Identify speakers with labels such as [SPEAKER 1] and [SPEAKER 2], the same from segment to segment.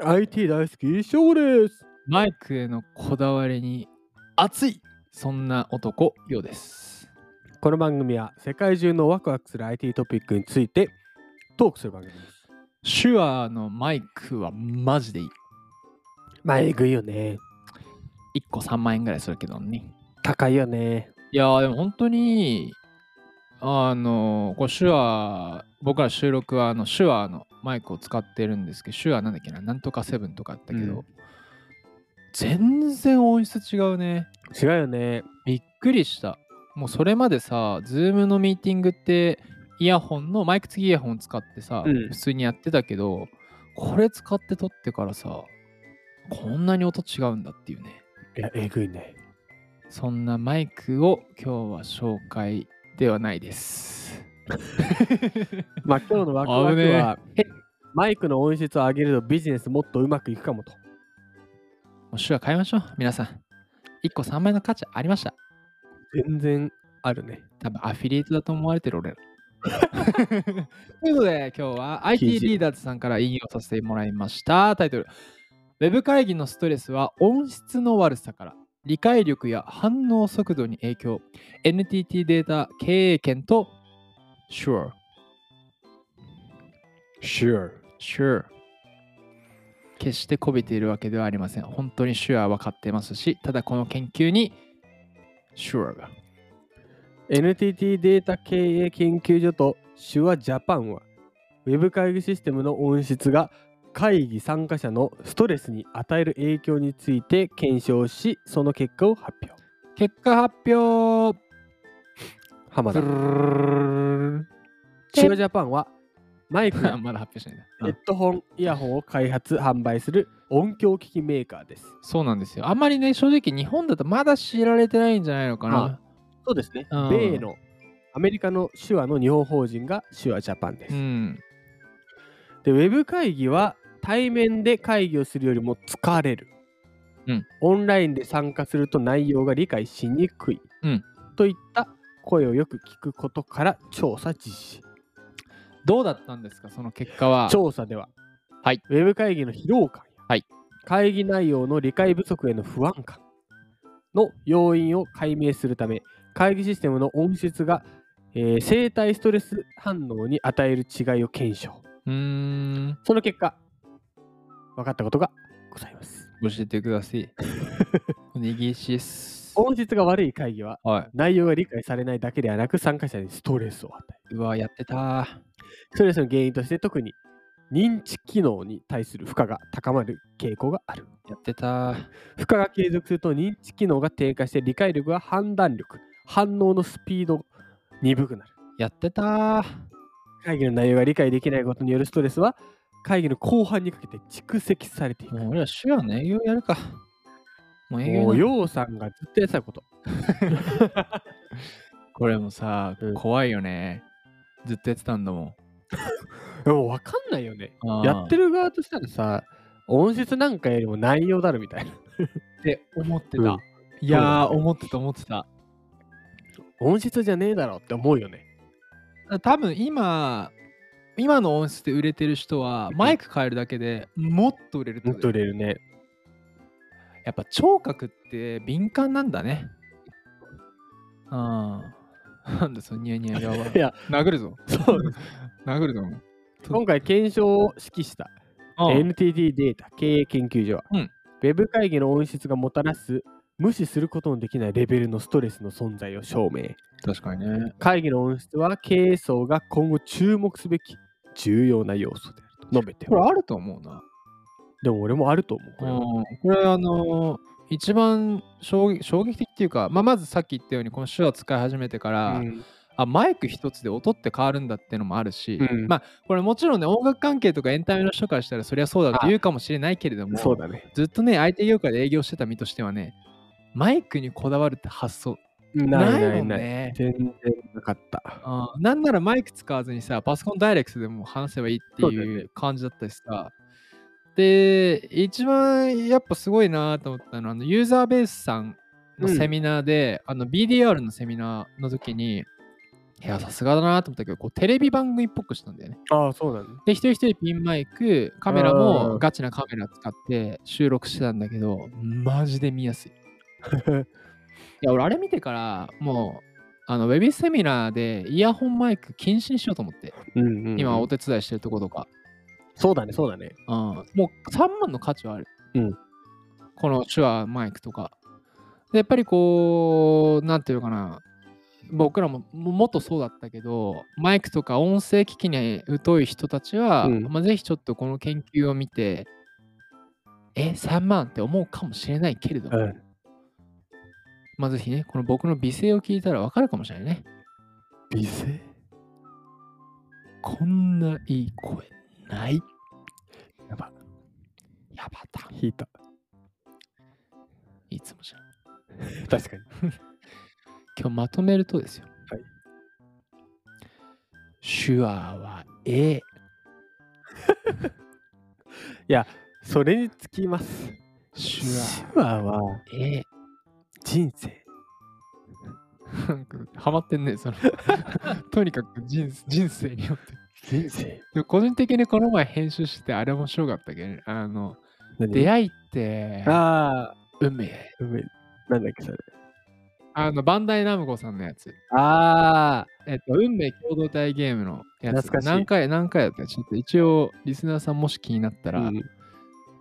[SPEAKER 1] IT 大好き、翔です。
[SPEAKER 2] マイクへのこだわりに熱いそんな男ようです。
[SPEAKER 1] この番組は世界中のワクワクする IT トピックについてトークする番組です。
[SPEAKER 2] 手話のマイクはマジでいい。
[SPEAKER 1] まあ、えぐいよね。
[SPEAKER 2] 1個3万円ぐらいするけどね。
[SPEAKER 1] 高いよね。
[SPEAKER 2] いやーでも本当にあのこう手話僕ら収録はあの手話のマイクを使ってるんですけど手話なんだっけななんとかセブンとかあったけど、
[SPEAKER 1] うん
[SPEAKER 2] 全然音質違うね
[SPEAKER 1] 違うよね。
[SPEAKER 2] びっくりしたもうそれまでさ Zoom のミーティングってイヤホンのマイク付きイヤホン使ってさ、
[SPEAKER 1] うん
[SPEAKER 2] 普通にやってたけどこれ使って撮ってからさこんなに音違うんだっていうね
[SPEAKER 1] いや、えぐいね。
[SPEAKER 2] そんなマイクを今日は紹介ではないです。
[SPEAKER 1] まあ、今日のワクワ
[SPEAKER 2] 危
[SPEAKER 1] ク
[SPEAKER 2] ねえ
[SPEAKER 1] は、マイクの音質を上げるとビジネスもっとうまくいくかもと。
[SPEAKER 2] もう手話変えましょう、皆さん。1個3万円の価値ありました。
[SPEAKER 1] 全然あるね。
[SPEAKER 2] 多分アフィリエイトだと思われてる俺ら。 ということで今日は IT リーダーズさんから引用させてもらいましたタイトル「ウェブ会議のストレスは音質の悪さから理解力や反応速度に影響 NTT データ経営権と Sure
[SPEAKER 1] Sure。
[SPEAKER 2] Sure 決してこびているわけではありません本当に Sure は買ってますしただこの研究に Sure が
[SPEAKER 1] NTT データ経営研究所と手話ジャパンはウェブ会議システムの音質が会議参加者のストレスに与える影響について検証しその結果を発表
[SPEAKER 2] 結果発表
[SPEAKER 1] 浜田
[SPEAKER 2] で
[SPEAKER 1] 手話ジャパンはマイク や
[SPEAKER 2] まだ発表しないんだ
[SPEAKER 1] ヘッドホンイヤホンを開発販売する音響機器メーカーです
[SPEAKER 2] そうなんですよ。あんまりね、正直日本だとまだ知られてないんじゃないのかな。
[SPEAKER 1] そうですね
[SPEAKER 2] うん
[SPEAKER 1] 米のアメリカの手話の日本法人が手話ジャパンです、
[SPEAKER 2] うん。
[SPEAKER 1] でウェブ会議は対面で会議をするよりも疲れる、
[SPEAKER 2] うん
[SPEAKER 1] オンラインで参加すると内容が理解しにくい、
[SPEAKER 2] うん
[SPEAKER 1] といった声をよく聞くことから調査実施
[SPEAKER 2] どうだったんですか、その結果は。
[SPEAKER 1] 調査では、
[SPEAKER 2] はい
[SPEAKER 1] ウェブ会議の疲労感や、
[SPEAKER 2] はい
[SPEAKER 1] 会議内容の理解不足への不安感の要因を解明するため会議システムの音質が、えー生体ストレス反応に与える違いを検証
[SPEAKER 2] うーん。
[SPEAKER 1] その結果分かったことがございます
[SPEAKER 2] 教えてくだ さい。おにぎしです。
[SPEAKER 1] 音質が悪い会議は
[SPEAKER 2] は
[SPEAKER 1] 内容が理解されないだけではなく参加者にストレスを与える
[SPEAKER 2] い。うわ、やってたー。
[SPEAKER 1] ストレスの原因として特に認知機能に対する負荷が高まる傾向がある
[SPEAKER 2] やってたー。
[SPEAKER 1] 負荷が継続すると認知機能が低下して理解力や判断力反応のスピードが鈍くなる
[SPEAKER 2] やってたー。
[SPEAKER 1] 会議の内容が理解できないことによるストレスは会議の後半にかけて蓄積されていく
[SPEAKER 2] もう俺ら手話の営業やるか。もう営
[SPEAKER 1] も
[SPEAKER 2] 業
[SPEAKER 1] う
[SPEAKER 2] や
[SPEAKER 1] ようさんがずっとやってたこと
[SPEAKER 2] これもさ、
[SPEAKER 1] うん
[SPEAKER 2] 怖いよね。ずっとやってたんだもん。
[SPEAKER 1] でも分かんないよね
[SPEAKER 2] あー
[SPEAKER 1] やってる側としたらさ音質なんかよりも内容だろみたいな
[SPEAKER 2] って思ってた。
[SPEAKER 1] うん
[SPEAKER 2] いやー、
[SPEAKER 1] そうだね
[SPEAKER 2] 思ってた思ってた。
[SPEAKER 1] 音質じゃねえだろって思うよね。
[SPEAKER 2] 多分今今の音質で売れてる人はマイク変えるだけでもっと売れるって
[SPEAKER 1] も
[SPEAKER 2] こ
[SPEAKER 1] っと
[SPEAKER 2] と
[SPEAKER 1] 売
[SPEAKER 2] だよ
[SPEAKER 1] れるね。
[SPEAKER 2] やっぱ聴覚って敏感なんだねうん なんだそのニヤニヤが
[SPEAKER 1] いや、
[SPEAKER 2] 殴るぞ
[SPEAKER 1] そう
[SPEAKER 2] 殴るぞ
[SPEAKER 1] 今回検証を指揮した
[SPEAKER 2] うん
[SPEAKER 1] NTT データ経営研究所は、
[SPEAKER 2] うん
[SPEAKER 1] ウェブ会議の音質がもたらす無視することのできないレベルのストレスの存在を証明。
[SPEAKER 2] 確かにね
[SPEAKER 1] 会議の音質は経営層が今後注目すべき重要な要素であると述べてお
[SPEAKER 2] こ
[SPEAKER 1] る
[SPEAKER 2] れあると思うな
[SPEAKER 1] でも俺もあると思う。これは
[SPEAKER 2] うんこれあのー一番衝撃衝撃的っていうか、まあ、まずさっき言ったようにこの手話使い始めてから、
[SPEAKER 1] うん
[SPEAKER 2] あマイク一つで音って変わるんだってのもあるし、
[SPEAKER 1] うん
[SPEAKER 2] まあこれもちろんね音楽関係とかエンタメの人からしたらそりゃそうだって言うかもしれないけれども
[SPEAKER 1] そうだね。
[SPEAKER 2] ずっとね IT 業界で営業してた身としてはねマイクにこだわるって発想ないもんね。
[SPEAKER 1] 全然なかった。
[SPEAKER 2] あーなんならマイク使わずにさパソコンダイレクトでも話せばいいって
[SPEAKER 1] そうだ
[SPEAKER 2] い
[SPEAKER 1] よ
[SPEAKER 2] う感じだったしさで一番やっぱすごいなと思ったのはあのユーザーベースさんのセミナーで、あの BDR のセミナーの時にいや、さすがだなと思ったけど、こうテレビ番組っぽくしたんだよね。
[SPEAKER 1] ああ、そうなんだ。
[SPEAKER 2] で、一人一人ピンマイク、カメラ
[SPEAKER 1] う
[SPEAKER 2] も
[SPEAKER 1] ん
[SPEAKER 2] ガチなカメラ使って収録してたんだけど、マジで見 やすい。いや、俺あれ見てから、もう、あのウェビセミナーでイヤホンマイク禁止にしようと思って、
[SPEAKER 1] うんうんうん
[SPEAKER 2] 今お手伝いしてるとことか、
[SPEAKER 1] そうだね、そうだね。
[SPEAKER 2] うん、もう3万の価値はある。
[SPEAKER 1] うん
[SPEAKER 2] この手話マイクとか。でやっぱりこう、なんていうのかな、僕らもももっとそうだったけど、マイクとか音声機器に疎い人たちは、
[SPEAKER 1] うん
[SPEAKER 2] まあ、ぜひちょっとこの研究を見て、え、3万って思うかもしれないけれども、
[SPEAKER 1] うん
[SPEAKER 2] まあぜひね、この僕の美声を聞いたらわかるかもしれないね。
[SPEAKER 1] 美声
[SPEAKER 2] こんないい声ない。
[SPEAKER 1] やば、
[SPEAKER 2] やばた。
[SPEAKER 1] 引いた。
[SPEAKER 2] いつもじゃん。
[SPEAKER 1] 確かに。
[SPEAKER 2] 今日まとめるとですよ。
[SPEAKER 1] はい
[SPEAKER 2] 手話は絵。
[SPEAKER 1] それにつきます。
[SPEAKER 2] 手
[SPEAKER 1] 手話は
[SPEAKER 2] 話絵。
[SPEAKER 1] 人生。
[SPEAKER 2] なんかハマってんね、その。 とにかく人人生によって。
[SPEAKER 1] 人生
[SPEAKER 2] でも個人的にこの前編集しててあれ面白かったけど、ね、あの、出
[SPEAKER 1] 会
[SPEAKER 2] 会いって
[SPEAKER 1] いああ、
[SPEAKER 2] 運命。
[SPEAKER 1] うめえなんだっけそれ。
[SPEAKER 2] あの、バンダイナムコさんのやつ。
[SPEAKER 1] ああ、
[SPEAKER 2] えっと、運命共同体ゲームのやつ。
[SPEAKER 1] 懐かしい
[SPEAKER 2] 何回、何回だったかちょっと一応、リスナーさんもし気になったら、
[SPEAKER 1] うん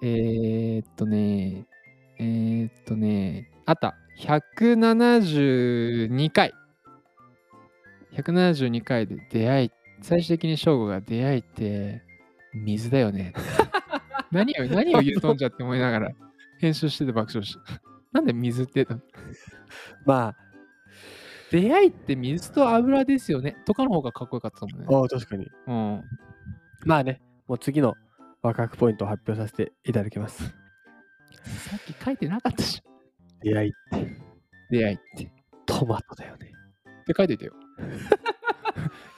[SPEAKER 2] えー、っとね、えー、っとね、あった、172回。172回で出会い、最終的に翔吾が出会いって水だよね。何を何を言うとんじゃって思いながら編集してて爆笑した。 なんで水って言ったの
[SPEAKER 1] ま
[SPEAKER 2] 出会いって水と油ですよねとかの方がかっこよかったと思う
[SPEAKER 1] あ、
[SPEAKER 2] ね。
[SPEAKER 1] ああ、確かに。
[SPEAKER 2] うん、
[SPEAKER 1] まあね、もう次の若くポイントを発表させていただきます。
[SPEAKER 2] さっき書いてなかったし。
[SPEAKER 1] 出会いって
[SPEAKER 2] 出会いって。っ
[SPEAKER 1] トマトだよね。
[SPEAKER 2] て書いていたよ。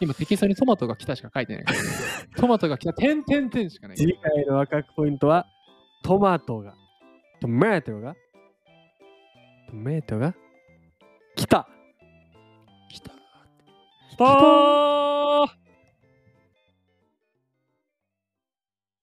[SPEAKER 2] 今テキストにトマトが来たしか書いてないから、トマトが来た、てんてんてんしかない。
[SPEAKER 1] 次回の若くポイントはトマトが、トマトが、トマトが、来た
[SPEAKER 2] 来た。
[SPEAKER 1] 来たー